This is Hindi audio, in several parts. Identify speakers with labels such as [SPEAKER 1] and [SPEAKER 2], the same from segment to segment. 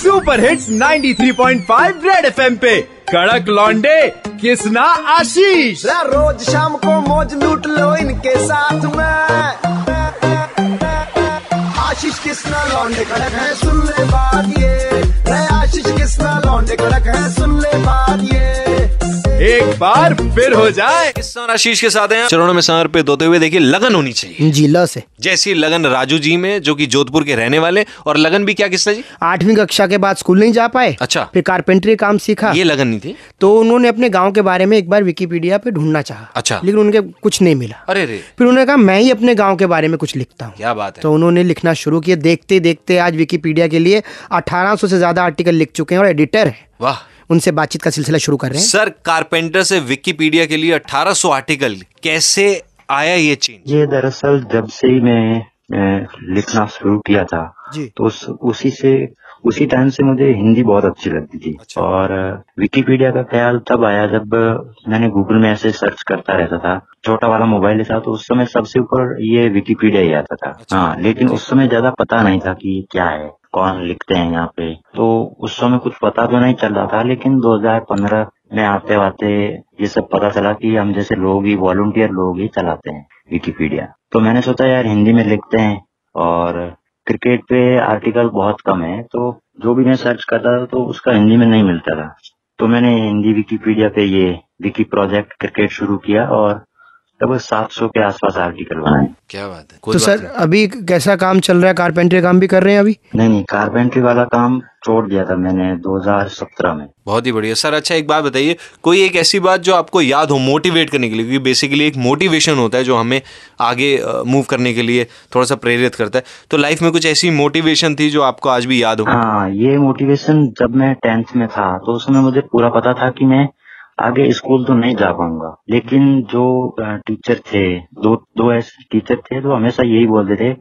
[SPEAKER 1] सुपर हिट्स 93.5 रेड एफएम पे कड़क लौंडे किसना आशीष
[SPEAKER 2] ला रोज शाम को मौज लूट लो इनके साथ में आशीष किसना लौंडे कड़क है सुन ले बात ये रे आशीष किसना लौंडे कड़क है सुन ले बात ये
[SPEAKER 1] एक बार फिर हो जाए
[SPEAKER 3] और आशीष के साथ हैं चरणों में सर पे धोते हुए देखिए लगन होनी चाहिए
[SPEAKER 4] जी ल से
[SPEAKER 3] जैसी लगन राजू जी में जो कि जोधपुर के रहने वाले और लगन भी क्या किसने जी
[SPEAKER 4] आठवीं कक्षा के बाद स्कूल नहीं जा पाए
[SPEAKER 3] अच्छा।
[SPEAKER 4] फिर कारपेंटरी काम सीखा
[SPEAKER 3] ये लगन नहीं थी
[SPEAKER 4] तो उन्होंने अपने गांव के बारे में एक बार विकीपीडिया पे ढूंढना चाहा
[SPEAKER 3] अच्छा।
[SPEAKER 4] लेकिन उनके कुछ नहीं मिला
[SPEAKER 3] अरे रे
[SPEAKER 4] फिर उन्होंने कहा मैं ही अपने गांव के बारे में कुछ लिखता हूँ
[SPEAKER 3] क्या बात है
[SPEAKER 4] तो उन्होंने लिखना शुरू किया देखते देखते आज विकीपीडिया के लिए 1800 से ज्यादा आर्टिकल लिख चुके हैं और एडिटर हैं
[SPEAKER 3] वाह
[SPEAKER 4] उनसे बातचीत का सिलसिला शुरू कर रहे हैं
[SPEAKER 3] सर कारपेंटर से विकीपीडिया के लिए 1800 आर्टिकल कैसे आया ये चेंज
[SPEAKER 5] ये दरअसल जब से ही मैं मैं लिखना शुरू किया था
[SPEAKER 4] जी।
[SPEAKER 5] तो उस, उसी से उसी टाइम से मुझे हिंदी बहुत अच्छी लगती थी और अ, विकिपीडिया का ख्याल तब आया जब अ, मैंने गूगल में ऐसे सर्च करता रहता था छोटा वाला मोबाइल था तो उस समय सबसे ऊपर ये विकिपीडिया ही आता था हाँ लेकिन उस समय ज्यादा पता नहीं था कि ये क्या है कौन लिखते हैं यहाँ पे तो उस समय कुछ पता तो नहीं चल रहा था लेकिन 2015 में आते आते ये सब पता चला कि हम जैसे लोग ही वॉलंटियर लोग ही चलाते हैं विकिपीडिया तो मैंने सोचा यार हिंदी में लिखते हैं और क्रिकेट पे आर्टिकल बहुत कम है तो जो भी मैं सर्च करता था तो उसका हिंदी में नहीं मिलता था तो मैंने हिंदी विकिपीडिया पे ये विकी प्रोजेक्ट क्रिकेट शुरू किया और लगभग 700 के आसपास आर्टिकल बनाए
[SPEAKER 3] क्या बात है
[SPEAKER 4] तो सर अभी कैसा काम चल रहा है कारपेंटरी काम भी कर रहे हैं अभी
[SPEAKER 5] नहीं नहीं कारपेंट्री वाला काम छोड़ दिया था मैंने 2017 में
[SPEAKER 3] बहुत ही बढ़िया सर अच्छा एक बात बताइए कोई एक ऐसी बात जो आपको याद हो मोटिवेट करने के लिए क्योंकि बेसिकली एक मोटिवेशन होता है जो हमें आगे मूव करने के लिए थोड़ा सा प्रेरित करता है तो लाइफ में कुछ ऐसी मोटिवेशन थी जो आपको आज भी याद हो
[SPEAKER 5] हाँ ये मोटिवेशन जब मैं टेंथ में था तो उस समय मुझे पूरा पता था कि मैं आगे स्कूल तो नहीं जा पाऊंगा लेकिन जो टीचर थे दो दो ऐसे टीचर थे तो हमेशा यही बोलते थे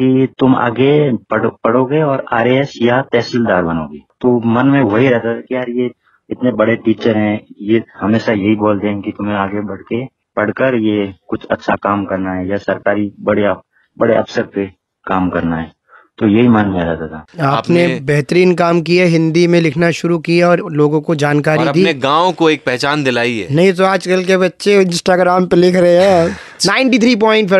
[SPEAKER 5] कि तुम आगे पढ़ो- पढ़ोगे और आरएएस या तहसीलदार बनोगे तो मन में वही रहता था कि यार ये इतने बड़े टीचर हैं ये हमेशा यही बोलते हैं कि तुम्हें आगे बढ़ के पढ़कर ये कुछ अच्छा काम करना है या सरकारी बड़े बड़े अफसर पे काम करना है तो यही मन में रहता था
[SPEAKER 4] आपने
[SPEAKER 3] आपने-
[SPEAKER 4] बेहतरीन काम किया हिंदी में लिखना शुरू किया और लोगों को
[SPEAKER 3] और
[SPEAKER 4] जानकारी दी
[SPEAKER 3] अपने गांव को एक पहचान दिलाई है
[SPEAKER 4] नहीं तो आजकल के बच्चे इंस्टाग्राम पे लिख रहे हैं 93.5 थ्री पॉइंट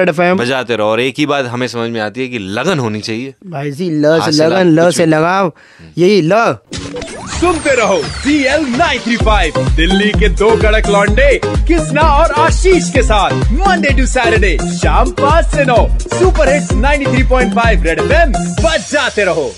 [SPEAKER 3] बजाते रहो और एक ही बात हमें समझ में आती है कि लगन होनी चाहिए
[SPEAKER 4] भाई जी ल से
[SPEAKER 3] हासिल आप
[SPEAKER 4] लगन ल
[SPEAKER 3] कुछ
[SPEAKER 4] से
[SPEAKER 3] भी।
[SPEAKER 4] लगाव यही ल
[SPEAKER 1] सुनते रहो DL 935 दिल्ली के दो कड़क लौंडे किसना और आशीष के साथ मंडे टू सैटरडे शाम 5 से 9 सुपर हिट्स 93.5 रेड एफएम बजाते रहो